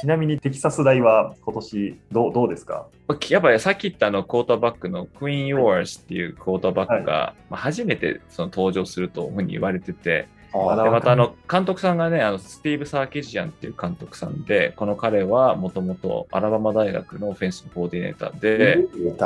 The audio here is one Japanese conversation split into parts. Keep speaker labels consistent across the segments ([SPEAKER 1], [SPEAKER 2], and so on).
[SPEAKER 1] ちなみにテキサス大は今年どうどうですか
[SPEAKER 2] まあやっぱりさっき言ったあのクォーターバックのクイーン・ヨーアスっていうクォーターバックが、まあ、初めてその登場するというふうに言われてて、
[SPEAKER 1] あ
[SPEAKER 2] でまたあの監督さんがね、あのスティーブ・サーキジアンっていう監督さんで、この彼はもともとアラバマ大学のオフェンスのコーディネーターで、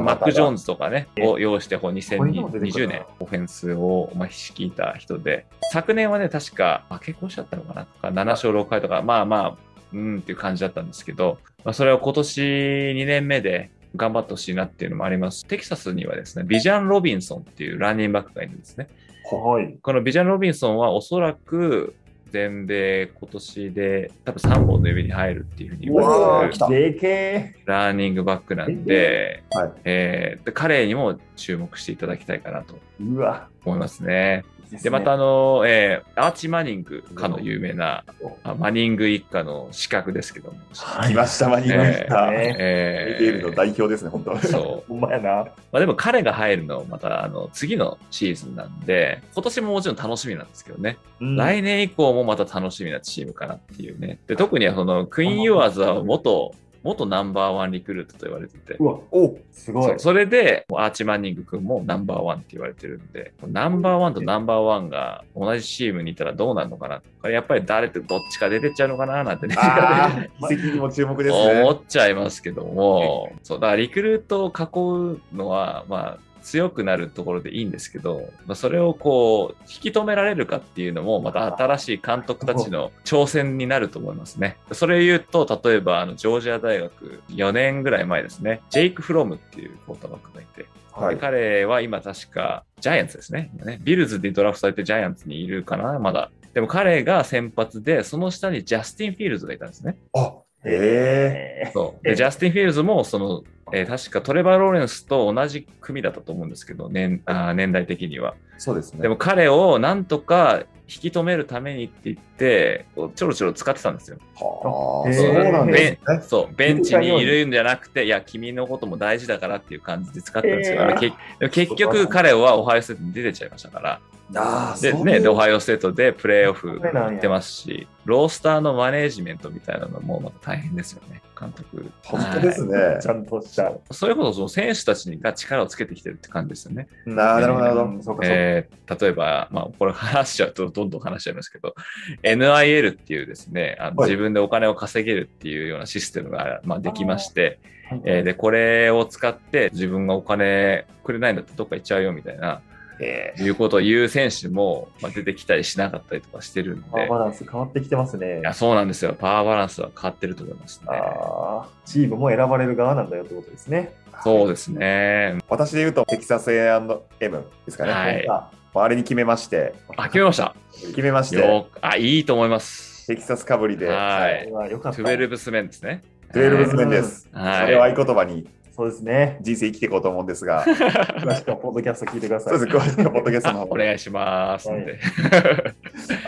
[SPEAKER 2] マック・ジョーンズとかね、を擁してこう2020年、オフェンスをまあ率いた人で、昨年はね、確か、あ結婚しちゃったのかなとか、7勝6敗とか、まあまあ、うんっていう感じだったんですけど、まあ、それを今年2年目で頑張ってほしいなっていうのもあります。テキサスにはですね、ビジャン・ロビンソンっていうランニングバックがいるんですね。
[SPEAKER 1] はい。
[SPEAKER 2] このビジャン・ロビンソンはおそらく全米今年で多分3本の指に入るっていうふうに言われ
[SPEAKER 3] うわ
[SPEAKER 2] て
[SPEAKER 3] ー来
[SPEAKER 2] る
[SPEAKER 3] た
[SPEAKER 1] でけえ。
[SPEAKER 2] ラーニングバックなんで、
[SPEAKER 3] はい
[SPEAKER 2] えーで彼にも注目していただきたいかなと
[SPEAKER 1] うわ。
[SPEAKER 2] 思いますね。
[SPEAKER 1] で
[SPEAKER 2] で、またあの、えーアーチ・マニングかの有名な
[SPEAKER 1] お
[SPEAKER 2] あマニング一家の資格ですけども、
[SPEAKER 3] 来ました、マニ
[SPEAKER 2] え
[SPEAKER 3] ー
[SPEAKER 2] ー
[SPEAKER 3] ました。
[SPEAKER 1] え
[SPEAKER 2] え
[SPEAKER 3] ビールの代表ですね、本当。
[SPEAKER 2] そう
[SPEAKER 1] ほんまやな。
[SPEAKER 2] まあ、でも彼が入るのはまたあの次のシーズンなんで、今年ももちろん楽しみなんですけどね、
[SPEAKER 1] うん
[SPEAKER 2] 来年以降もまた楽しみなチームかなっていうね。で特にそのクイーン・ユアーズは元元ナンバーワンリクルートと言われてて
[SPEAKER 1] う、わ、おすごい。
[SPEAKER 2] そそれでもうアーチ・マンニング君もナンバーワンって言われてるんで、ナンバーワンとナンバーワンが同じチームにいたらどうなるのかなとか、やっぱり誰ってどっちか 出てっちゃうのかななんてね。
[SPEAKER 3] ああ、遺跡にも注目です
[SPEAKER 2] 思
[SPEAKER 3] ね。
[SPEAKER 2] っちゃいますけども、そうだからリクルートを囲うのは、まあ、強くなるところでいいんですけど、まあ、それをこう引き止められるかっていうのもまた新しい監督たちの挑戦になると思いますね。それ言うと例えばあのジョージア大学4年ぐらい前ですねジェイク・フロムっていうクォーターバックがいて、
[SPEAKER 3] は
[SPEAKER 2] で彼は今確かジャイアンツですね今ねビルズでドラフトされてジャイアンツにいるかなまだ。でも彼が先発でその下にジャスティン・フィールズがいたんですね。
[SPEAKER 3] あ、ええ。
[SPEAKER 1] え
[SPEAKER 2] そう
[SPEAKER 1] ええ
[SPEAKER 2] でジャスティン・フィールズもその、えー確かトレバー・ローレンスと同じ組だったと思うんですけど、年あー年代的には。
[SPEAKER 3] そうですね。
[SPEAKER 2] でも彼をなんとか引き止めるためにって言って、こうちょろちょろ使ってたんですよ。
[SPEAKER 3] はあ、
[SPEAKER 1] えー
[SPEAKER 3] そうなんですね。
[SPEAKER 2] そう、ベンチにいるんじゃなくて、いや、君のことも大事だからっていう感じで使ってたんですよ。
[SPEAKER 1] ええ
[SPEAKER 2] あのけでも結局、彼はオハイオステートに出てっちゃいましたから。
[SPEAKER 3] ああ、
[SPEAKER 2] で、
[SPEAKER 3] そう
[SPEAKER 2] ね、でオハイオステートでプレーオフ
[SPEAKER 1] そうなんや
[SPEAKER 2] やってますし、ロースターのマネージメントみたいなのもまた大変ですよね、監督。
[SPEAKER 3] 本当ですね
[SPEAKER 1] ー、。ちゃんとした。
[SPEAKER 2] それこそその選手たちが力をつけてきてるって感じですよね。
[SPEAKER 3] なるほど、なるほ
[SPEAKER 1] うんそうか、そうか。
[SPEAKER 2] えー例えば、まあ、これ話しちゃうとどんどん話しちゃいますけど、NIL っていうですね、あの
[SPEAKER 3] はい
[SPEAKER 2] 自分でお金を稼げるっていうようなシステムが、まあ、できまして、
[SPEAKER 1] はい
[SPEAKER 2] えーで、これを使って自分がお金くれないんだってどっか行っちゃうよみたいな、
[SPEAKER 3] ど。え
[SPEAKER 2] いうことを言う選手も、まあ、出てきたりしなかったりとかしてるん
[SPEAKER 1] パワー
[SPEAKER 2] で
[SPEAKER 1] バ、ランス変わってきてますね
[SPEAKER 2] い。やそうなんですよ。パワーバランスは変わってると思いますね。
[SPEAKER 1] あーチームも選ばれる側なんだよってことですね。
[SPEAKER 2] そうですね
[SPEAKER 3] ー。私で言うと、テキサス A&M ですかね。
[SPEAKER 2] はい
[SPEAKER 1] さあ
[SPEAKER 3] あれに決めまして、
[SPEAKER 2] あ、決めました。
[SPEAKER 3] 決めまして、
[SPEAKER 2] よーくあ、いいと思います。
[SPEAKER 3] テキサスかぶりで、
[SPEAKER 2] は
[SPEAKER 1] こ
[SPEAKER 2] い
[SPEAKER 1] れ。は良かった。
[SPEAKER 2] 12スメンですね。
[SPEAKER 3] 12スメンです。
[SPEAKER 2] は
[SPEAKER 3] そ
[SPEAKER 2] い。
[SPEAKER 3] れを合言葉に
[SPEAKER 1] そうですね。
[SPEAKER 3] 人生生きていこうと思うんで すが、
[SPEAKER 1] 詳しくはポッドキャスト聞いてください。
[SPEAKER 3] そうです、詳しくはポッドキャストの
[SPEAKER 2] あ
[SPEAKER 3] 方
[SPEAKER 2] お願いします。
[SPEAKER 1] はい
[SPEAKER 2] で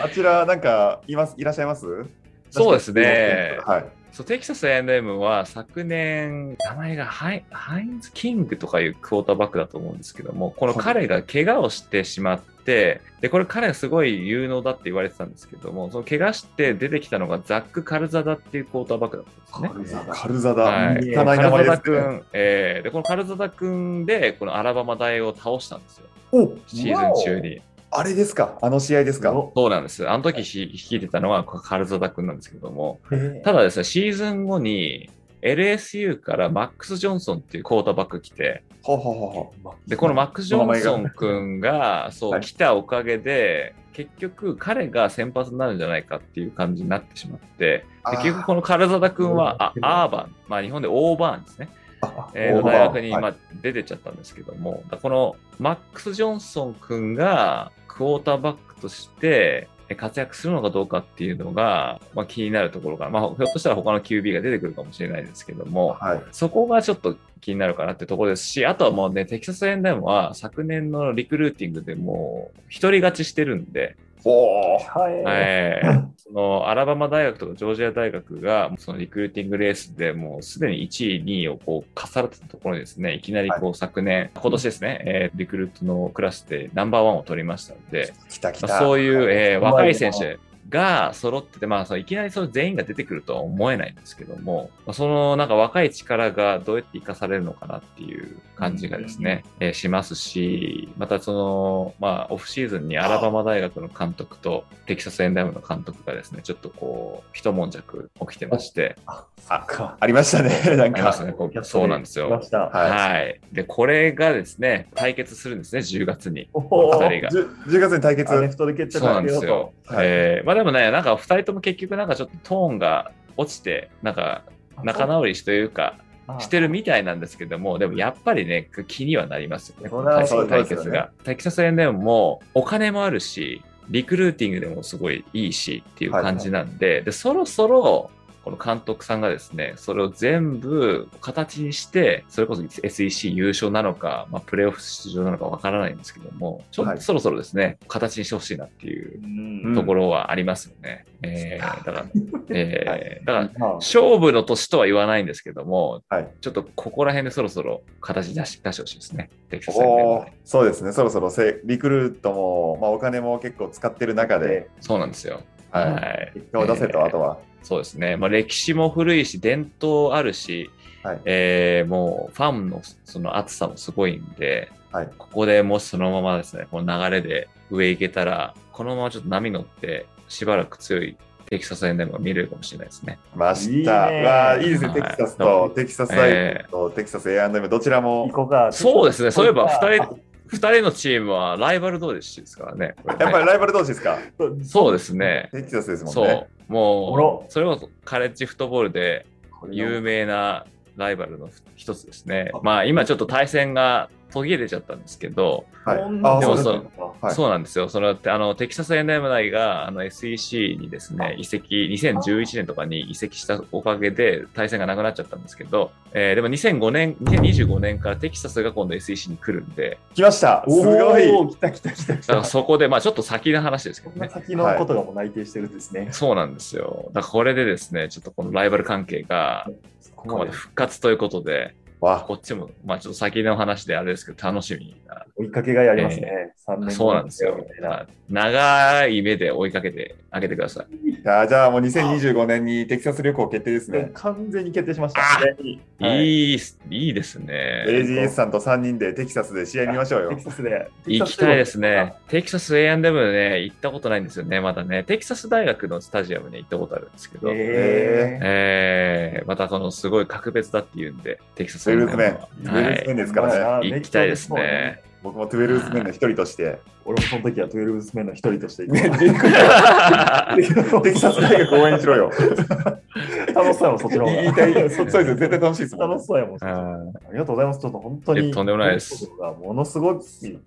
[SPEAKER 3] あちら、なんかいます、いらっしゃいます
[SPEAKER 2] そうですね
[SPEAKER 3] はい。
[SPEAKER 2] そうテキサス A&M は昨年、名前がハイハインズ・キングとかいうクォーターバックだと思うんですけども、この彼が怪我をしてしまって、で、これ彼がすごい有能だって言われてたんですけども、その怪我して出てきたのがザック・カルザダっていうクォーターバックだったんですね。
[SPEAKER 3] カルザダ、
[SPEAKER 2] はいい、
[SPEAKER 3] か
[SPEAKER 2] カ
[SPEAKER 3] ない名
[SPEAKER 2] ルザ
[SPEAKER 3] 前で
[SPEAKER 2] ダ
[SPEAKER 3] すね。
[SPEAKER 2] 君、えーで、このカルザダ君で、このアラバマ大を倒したんですよ、
[SPEAKER 3] お
[SPEAKER 2] シーズン中に。
[SPEAKER 3] あれですか、あの試合ですか。
[SPEAKER 1] お
[SPEAKER 2] そうなんです。あの時ひ率いてたのはカルザダ君なんですけども、
[SPEAKER 1] えー
[SPEAKER 2] ただですね、シーズン後に LSU からマックス・ジョンソンっていうクォーターバック来て、
[SPEAKER 3] ほうほうほうほ
[SPEAKER 2] で、このマックス・ジョンソン君が、
[SPEAKER 3] は
[SPEAKER 2] そう、
[SPEAKER 3] い
[SPEAKER 2] 来たおかげで、結局彼が先発になるんじゃないかっていう感じになってしまって、
[SPEAKER 3] あ
[SPEAKER 2] で
[SPEAKER 3] ー
[SPEAKER 2] 結局このカルザダ君は、あ、アーバン、まあ日本でオーバーンですね。
[SPEAKER 3] あ
[SPEAKER 2] えー
[SPEAKER 3] オーバー
[SPEAKER 2] 大学に
[SPEAKER 3] はい
[SPEAKER 2] 今出てっちゃったんですけども、だからこのマックス・ジョンソン君がクォーターバックとしてえー活躍するのかどうかっていうのが、まあ、気になるところが、まあ、ひょっとしたら他の QB が出てくるかもしれないですけども、
[SPEAKER 3] う。はい。
[SPEAKER 2] そこがちょっと気になるかなってところですし、あとはもうね、テキサスエンダムは昨年のリクルーティングでもう一人勝ちしてるんで、
[SPEAKER 3] ほう。
[SPEAKER 1] はい。
[SPEAKER 2] えーそのアラバマ大学とかジョージア大学がそのリクルーティングレースでもうすでに1位、2位をこう重なってたところにですね、いきなりこう昨年、今年ですね、えーリクルートのクラスでナンバーワンを取りましたので、
[SPEAKER 3] 来た来
[SPEAKER 2] ま
[SPEAKER 3] た。
[SPEAKER 2] あそういう、えー
[SPEAKER 1] うまいな
[SPEAKER 2] 若い選手、が揃ってて、まあ、そのいきなりその全員が出てくるとは思えないんですけども、まあそのなんか若い力がどうやって生かされるのかなっていう感じがですね、えーしますし、またその、まあ、オフシーズンにアラバマ大学の監督とテキサスエンダムの監督がですね、ちょっとこう、一悶着起きてまして、
[SPEAKER 1] あ、か。
[SPEAKER 3] ありましたね、 なん
[SPEAKER 2] ありま
[SPEAKER 3] か
[SPEAKER 2] す。ね、こうそうなんです
[SPEAKER 1] 来ま
[SPEAKER 2] よ。
[SPEAKER 1] した。
[SPEAKER 3] はい
[SPEAKER 2] はい。で、これがですね、対決するんですね、10月に。
[SPEAKER 1] おお
[SPEAKER 2] 二人が
[SPEAKER 3] じゅ 10, 月に対決。
[SPEAKER 1] アメフトで決
[SPEAKER 2] そう
[SPEAKER 1] 着
[SPEAKER 2] な
[SPEAKER 1] だ
[SPEAKER 2] ん
[SPEAKER 1] け
[SPEAKER 2] で
[SPEAKER 1] よ
[SPEAKER 2] すよ
[SPEAKER 1] と。。
[SPEAKER 3] はい
[SPEAKER 2] えーまあでもね、なんか2人とも結局なんかちょっとトーンが落ちて、なんか仲直りしというか、してるみたいなんですけども、でもやっぱりね、気にはなりますよね、
[SPEAKER 1] それは
[SPEAKER 2] この対
[SPEAKER 3] そうで
[SPEAKER 2] 決
[SPEAKER 3] すよね
[SPEAKER 2] が。テキサス A&M もお金もあるし、リクルーティングでもすごいいいしっていう感じなんで、でそろそろ、この監督さんがですね、それを全部形にして、それこそ SEC 優勝なのか、まあ、プレーオフ出場なのかわからないんですけども、ちょっ
[SPEAKER 3] は
[SPEAKER 2] と
[SPEAKER 3] い
[SPEAKER 2] そろそろですね、形にしてほしいなっていう
[SPEAKER 1] うん
[SPEAKER 2] ところはありますよね。えー だから、えーだから
[SPEAKER 1] まあ
[SPEAKER 2] 勝負の年とは言わないんですけども、
[SPEAKER 3] はい
[SPEAKER 2] ちょっとここら辺でそろそろ形出し出してほしいですね、テキサスエンデム
[SPEAKER 3] お
[SPEAKER 2] は
[SPEAKER 3] ーそうですね、そろそろせリクルートも、まあ、お金も結構使ってる中で、
[SPEAKER 2] そうなんですよ。
[SPEAKER 3] はい
[SPEAKER 2] はい
[SPEAKER 3] 結果を出せと、
[SPEAKER 2] えー
[SPEAKER 3] あとは。
[SPEAKER 2] そうですね、まあ、歴史も古いし、伝統あるし、
[SPEAKER 3] はい
[SPEAKER 2] えーもうファンのその熱さもすごいんで、
[SPEAKER 3] はい
[SPEAKER 2] ここでもしそのままですね、この流れで上行けたら、このままちょっと波乗って、しばらく強いテキサスエンデムが見れるかもしれないですね。
[SPEAKER 3] ました。
[SPEAKER 1] いいね
[SPEAKER 3] わあいいですね、
[SPEAKER 2] はい
[SPEAKER 3] テキサスと、テキサス大学と、テキサス A&M、どちら
[SPEAKER 1] 行
[SPEAKER 3] も。
[SPEAKER 1] こうか。
[SPEAKER 2] そうですね、そういえば2
[SPEAKER 1] 人。
[SPEAKER 2] 人、二人のチームはライバル同士ですからね。これね
[SPEAKER 3] やっぱりライバル同士ですか。
[SPEAKER 2] そうですね。
[SPEAKER 3] テキサスですもん
[SPEAKER 2] そ
[SPEAKER 3] ね
[SPEAKER 2] う。。も
[SPEAKER 1] お
[SPEAKER 2] う、それこそカレッジフットボールで
[SPEAKER 1] これが
[SPEAKER 2] 有名なライバルの一つですね。まあ今ちょっと対戦が途切れちゃったんですけど、
[SPEAKER 3] はい。
[SPEAKER 1] あ
[SPEAKER 3] あ、
[SPEAKER 2] でも
[SPEAKER 3] そうです
[SPEAKER 2] そ
[SPEAKER 3] ね。
[SPEAKER 2] う
[SPEAKER 3] はい
[SPEAKER 2] そうなんですよ。そのあのテキサス A&M 大があの SEC にですね、移籍、2011年とかに移籍したおかげで対戦がなくなっちゃったんですけど、えーでも2005年、2025年からテキサスが今度 SEC に来るんで、
[SPEAKER 3] 来ました。すご
[SPEAKER 1] お
[SPEAKER 3] い。
[SPEAKER 1] ー来た来た来た来
[SPEAKER 2] だか
[SPEAKER 1] た。
[SPEAKER 2] らそこで、まあちょっと先の話ですけ
[SPEAKER 1] こ
[SPEAKER 2] ど
[SPEAKER 1] ん
[SPEAKER 2] ね
[SPEAKER 1] な。先のことがもう内定してるんですね。
[SPEAKER 2] そうなんですよ。だからこれでですね、ちょっとこのライバル関係が、
[SPEAKER 1] そ
[SPEAKER 2] ここ
[SPEAKER 1] こ
[SPEAKER 2] ま
[SPEAKER 1] ま
[SPEAKER 2] で
[SPEAKER 1] で
[SPEAKER 2] 復活ということで、
[SPEAKER 3] わ
[SPEAKER 2] こっちも、まあちょっと先の話であれですけど、楽しみな。
[SPEAKER 1] 追いかけがいありますね。三年後
[SPEAKER 2] そうなんですよ
[SPEAKER 1] みたい。
[SPEAKER 2] ま
[SPEAKER 1] な
[SPEAKER 2] あ長い目で追いかけてあげてください。
[SPEAKER 3] じゃあ、じゃあもう2025年にテキサス旅行決定ですね。
[SPEAKER 1] 完全に決定しました。
[SPEAKER 2] あ
[SPEAKER 1] はい
[SPEAKER 2] いいす、いいですね。
[SPEAKER 3] AGS さんと3人でテキサスで試合見ましょう
[SPEAKER 1] テ
[SPEAKER 3] よ
[SPEAKER 1] キ。サスで。
[SPEAKER 2] 行きたいですね。。テキサス A&M ね、行ったことないんですよね、まだね。テキサス大学のスタジアムに行ったことあるんですけど、え
[SPEAKER 1] ええ。
[SPEAKER 2] ーまたこのすごい格別だっていうんで、テキサス
[SPEAKER 3] トゥ
[SPEAKER 2] A&M は
[SPEAKER 3] エルズメン。トゥエルズメンですからね。
[SPEAKER 1] まあ
[SPEAKER 2] 行きたいですね。。
[SPEAKER 3] 僕もトゥエルズメンの一人として、
[SPEAKER 1] 俺もその時はトゥエルブスメンの一人として行
[SPEAKER 3] ね
[SPEAKER 1] く
[SPEAKER 3] テキサス大学応援し ろよ。
[SPEAKER 1] 楽しそうやもん、そっちの方が。
[SPEAKER 3] 言いたい、そそうですよ絶対楽しいですもん
[SPEAKER 1] 楽
[SPEAKER 3] ね
[SPEAKER 1] し。そうやもん。そっちの方が
[SPEAKER 2] あー
[SPEAKER 1] ありがとうございます。ちょっと本当
[SPEAKER 2] い
[SPEAKER 1] に。
[SPEAKER 2] やとんでもないです。
[SPEAKER 1] ものすごい、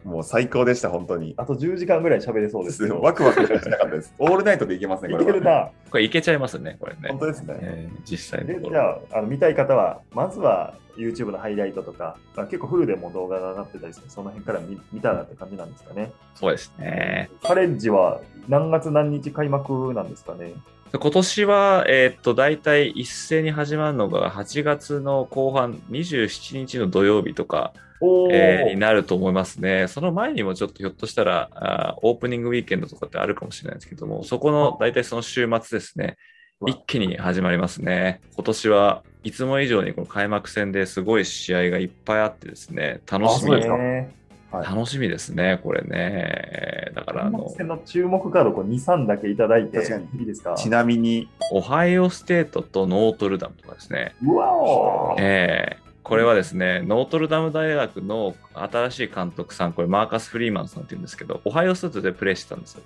[SPEAKER 3] もう最高でした、本当に。
[SPEAKER 1] あと10時間ぐらい喋れそうです。
[SPEAKER 3] ワクワクしなかったです。オールナイトでいけます
[SPEAKER 1] い
[SPEAKER 3] ね、こ
[SPEAKER 1] け
[SPEAKER 3] れ
[SPEAKER 1] る
[SPEAKER 3] は。
[SPEAKER 1] な。
[SPEAKER 2] これいけちゃいますね、これね
[SPEAKER 3] 本。当ですね。
[SPEAKER 2] えー実際の
[SPEAKER 1] で
[SPEAKER 2] とこ
[SPEAKER 1] じ
[SPEAKER 2] ろ。
[SPEAKER 1] ゃああの見たい方は、まずは YouTube のハイライトとか、まあ、結構フルでもう動画が上がってたりするその辺から見見たらって感じなんですかね。
[SPEAKER 2] そうですね。
[SPEAKER 1] カレッジは何月何日開幕なんですかね。
[SPEAKER 2] で今年は、えーっと、大体一斉に始まるのが8月の後半、27日の土曜日とか、
[SPEAKER 1] おー
[SPEAKER 2] えーになると思いますね。その前にもちょっとひょっとしたら、あーオープニングウィーケンドとかってあるかもしれないですけども、そこの大体その週末ですね、
[SPEAKER 1] うわ
[SPEAKER 2] 一気に始まりますね。今年はいつも以上にこの開幕戦ですごい試合がいっぱいあってですね、楽しみ
[SPEAKER 3] あそうですか
[SPEAKER 1] ね
[SPEAKER 3] はい
[SPEAKER 2] 楽しみですね、これね。だから、あ
[SPEAKER 1] 開
[SPEAKER 2] の
[SPEAKER 1] 幕、戦の注目カードこう2、3だけいただいて
[SPEAKER 3] 確かに、
[SPEAKER 1] いいですか。
[SPEAKER 3] ちなみに、
[SPEAKER 2] オハイオステートとノートルダムとかですね。
[SPEAKER 1] うわおー
[SPEAKER 2] えーこれはですね、ノートルダム大学の新しい監督さん、これマーカス・フリーマンさんって言うんですけど、オハイオステートでプレーしてたんですよ。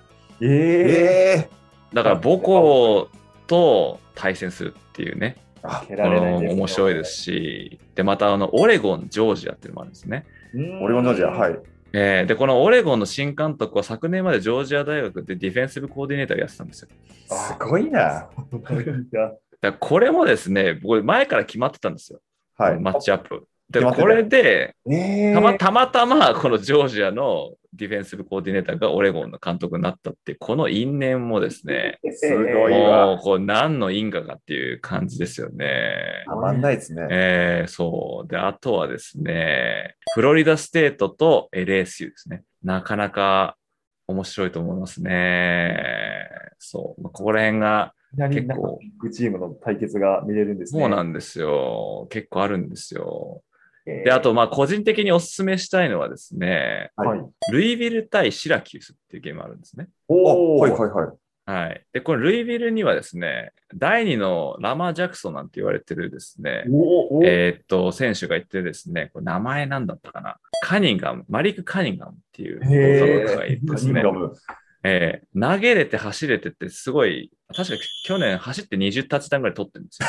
[SPEAKER 1] え
[SPEAKER 3] え
[SPEAKER 2] だから母校と対戦するっていうね、
[SPEAKER 1] ー、負け
[SPEAKER 2] こ
[SPEAKER 1] られない
[SPEAKER 2] の
[SPEAKER 1] ですね
[SPEAKER 2] 面白いです。し、で、またあの、オレゴン、ジョージアっていうのもあるんですね。
[SPEAKER 1] うん
[SPEAKER 3] オレゴンジョージア、はい。。
[SPEAKER 2] えーで、このオレゴンの新監督は昨年までジョージア大学でディフェンシブコーディネーターをやってたんですよ。
[SPEAKER 3] すごいな。
[SPEAKER 1] いや
[SPEAKER 2] だからこれもですね、僕前から決まってたんですよ、
[SPEAKER 3] はい。
[SPEAKER 2] マッチアップ。で、
[SPEAKER 3] 決まってた
[SPEAKER 2] これで、
[SPEAKER 3] え
[SPEAKER 2] たまたまたまこのジョージアのディフェンス部コーディネーターがオレゴンの監督になったって、この因縁もですね、
[SPEAKER 3] すごいわ。
[SPEAKER 2] もうこう何の因果かっていう感じですよね。
[SPEAKER 3] たまんないですね。
[SPEAKER 2] えー、そう。で、あとはですね、フロリダステートと LSU ですね。なかなか面白いと思いますね。そう。まあここら辺が、
[SPEAKER 1] いきなり
[SPEAKER 2] 結
[SPEAKER 1] なんか
[SPEAKER 2] 構
[SPEAKER 1] ビッグチームの対決が見れるんですね。
[SPEAKER 2] そうなんですよ。結構あるんですよ。
[SPEAKER 1] えー
[SPEAKER 2] で、あと、まあ、個人的にお勧めしたいのはですね、
[SPEAKER 1] はい。
[SPEAKER 2] ルイビル対シラキュースっていうゲームあるんですね。
[SPEAKER 1] おお、
[SPEAKER 3] はいはいはい。
[SPEAKER 2] はい。で、これ、ルイビルにはですね、第2のラマ・ジャクソンなんて言われてるですね、
[SPEAKER 1] おーおー
[SPEAKER 2] えーっと、選手がいてですね、これ名前なんだったかな。カニンガム、マリック・カニンガムっていう
[SPEAKER 1] へー
[SPEAKER 2] 男の子がいてです
[SPEAKER 3] キン
[SPEAKER 2] ね、
[SPEAKER 3] ガム。
[SPEAKER 2] えー投げれて走れてってすごい、確か去年走って20タッチタイムぐらい取ってるんです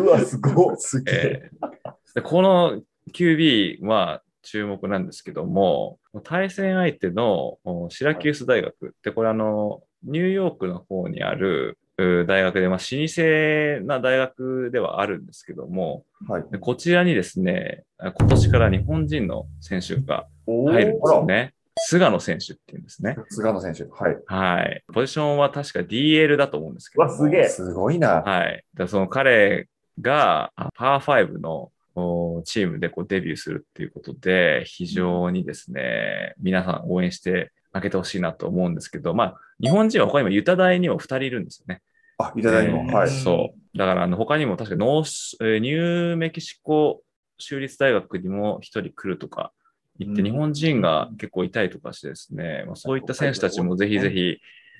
[SPEAKER 2] よ。
[SPEAKER 3] うわ、すごい。 すげえ。
[SPEAKER 2] えーでこの QB は注目なんですけども、対戦相手のおシラキュース大学って、これあの、ニューヨークの方にあるう大学で、まあ、老舗な大学ではあるんですけども、
[SPEAKER 3] はい。
[SPEAKER 2] でこちらにですね、あ今年から日本人の選手が
[SPEAKER 1] おー
[SPEAKER 2] 入るんですよね。菅野選手っていうんですね。
[SPEAKER 3] 菅野選手。はい。
[SPEAKER 2] はい。ポジションは確か DL だと思うんですけども。
[SPEAKER 1] わすげえ
[SPEAKER 3] すごいな。
[SPEAKER 2] はい。だからその彼があパー5のおチームでこうデビューするっていうことで、非常にですね、皆さん応援してあげてほしいなと思うんですけど、まあ、日本人は他にもユタ大にも2人いるんですよね。
[SPEAKER 3] あ、いただいても。
[SPEAKER 2] えー
[SPEAKER 3] はい。
[SPEAKER 2] そう。だから、あの、他にも確かノース、えーニューメキシコ州立大学にも一人来るとか言って、
[SPEAKER 1] うん
[SPEAKER 2] 日本人が結構いたりとかしてですね、まあ、そういった選手たちもぜひぜひ、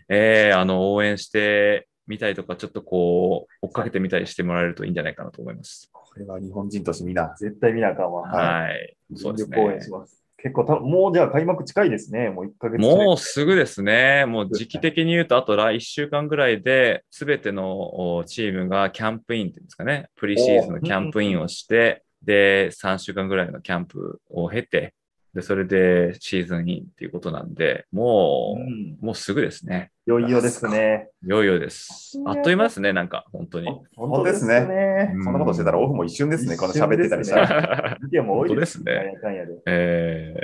[SPEAKER 2] えーあの、応援してみたりとか、ちょっとこう、追っかけてみたりしてもらえるといいんじゃないかなと思います。
[SPEAKER 3] これは日本人としてみんな。
[SPEAKER 1] 絶対見なあかんわ。
[SPEAKER 2] はい。
[SPEAKER 3] は
[SPEAKER 2] そうです
[SPEAKER 1] 全力応援
[SPEAKER 2] ね
[SPEAKER 1] し。ます。結構た、もうじゃあ開幕近いですね。もう1ヶ月近い
[SPEAKER 2] もうすぐですね。もう時期的に言うと、あと来1週間ぐらいで、すべてのおチームがキャンプインっていうんですかね。プリシーズンのキャンプインをして、で、3週間ぐらいのキャンプを経て、で、それでシーズンインっていうことなんで、も
[SPEAKER 1] うん
[SPEAKER 2] う、もうすぐですね。
[SPEAKER 1] いよいよですね。
[SPEAKER 2] いよいよです。あっという間ですね、なんか、本当に。
[SPEAKER 1] 本
[SPEAKER 3] 本当そんなことしてたらオフも一瞬ですね。この喋ってたりした
[SPEAKER 1] 一瞬
[SPEAKER 3] ら。
[SPEAKER 1] 見ても多い
[SPEAKER 2] 本当ですね
[SPEAKER 1] なんやかんやで。
[SPEAKER 2] え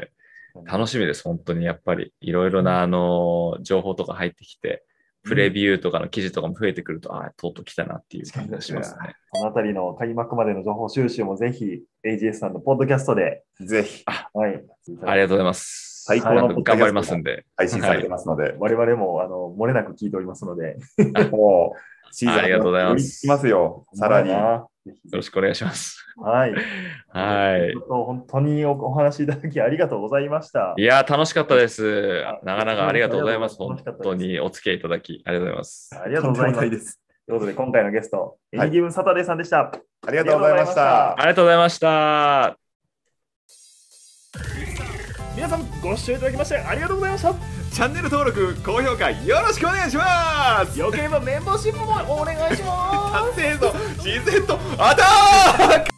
[SPEAKER 2] ー楽しみです、本当にやっぱり。いろいろな、あの、情報とか入ってきて、プレビューとかの記事とかも増えてくると、ああ、とうとう来たなっていう感じがしますね。
[SPEAKER 1] このあたりの開幕までの情報収集もぜひ AGS さんのポッドキャストで、
[SPEAKER 3] ぜひ、
[SPEAKER 1] はい、
[SPEAKER 2] ありがとうございます。
[SPEAKER 3] 最高の
[SPEAKER 2] はい頑張りますんで。
[SPEAKER 3] 配信されてますので。
[SPEAKER 1] 我々もあの漏れなく聞いておりますので、
[SPEAKER 3] もう、シーズン
[SPEAKER 2] ありがとうございます
[SPEAKER 3] いますよ。さらに。
[SPEAKER 1] は
[SPEAKER 2] よろしくお願いします。
[SPEAKER 1] い。
[SPEAKER 2] はい
[SPEAKER 1] ちょ。っと本当におお話しいただきありがとうございました。
[SPEAKER 2] いやー、楽しかったです。長々ありがとうございます。
[SPEAKER 1] ありがとうご
[SPEAKER 2] 本
[SPEAKER 1] ざいます
[SPEAKER 2] 当にお付き合いいただき、ありがとうございます。
[SPEAKER 1] ありがとうございます。
[SPEAKER 3] とんで
[SPEAKER 1] とい
[SPEAKER 3] もな
[SPEAKER 1] う
[SPEAKER 3] です。
[SPEAKER 1] ことで、今回のゲスト、エ
[SPEAKER 3] はい
[SPEAKER 1] ニギブンサタデーさんでした。
[SPEAKER 3] ありがとうございました
[SPEAKER 2] あ。りがとうございました。
[SPEAKER 1] 皆さん、ご視聴いただきましてありがとうございました。
[SPEAKER 4] チャンネル登録、高評価よろしくお願いします
[SPEAKER 1] よければメンバーシップもお願いします。
[SPEAKER 4] 達成ぞ自然とアタック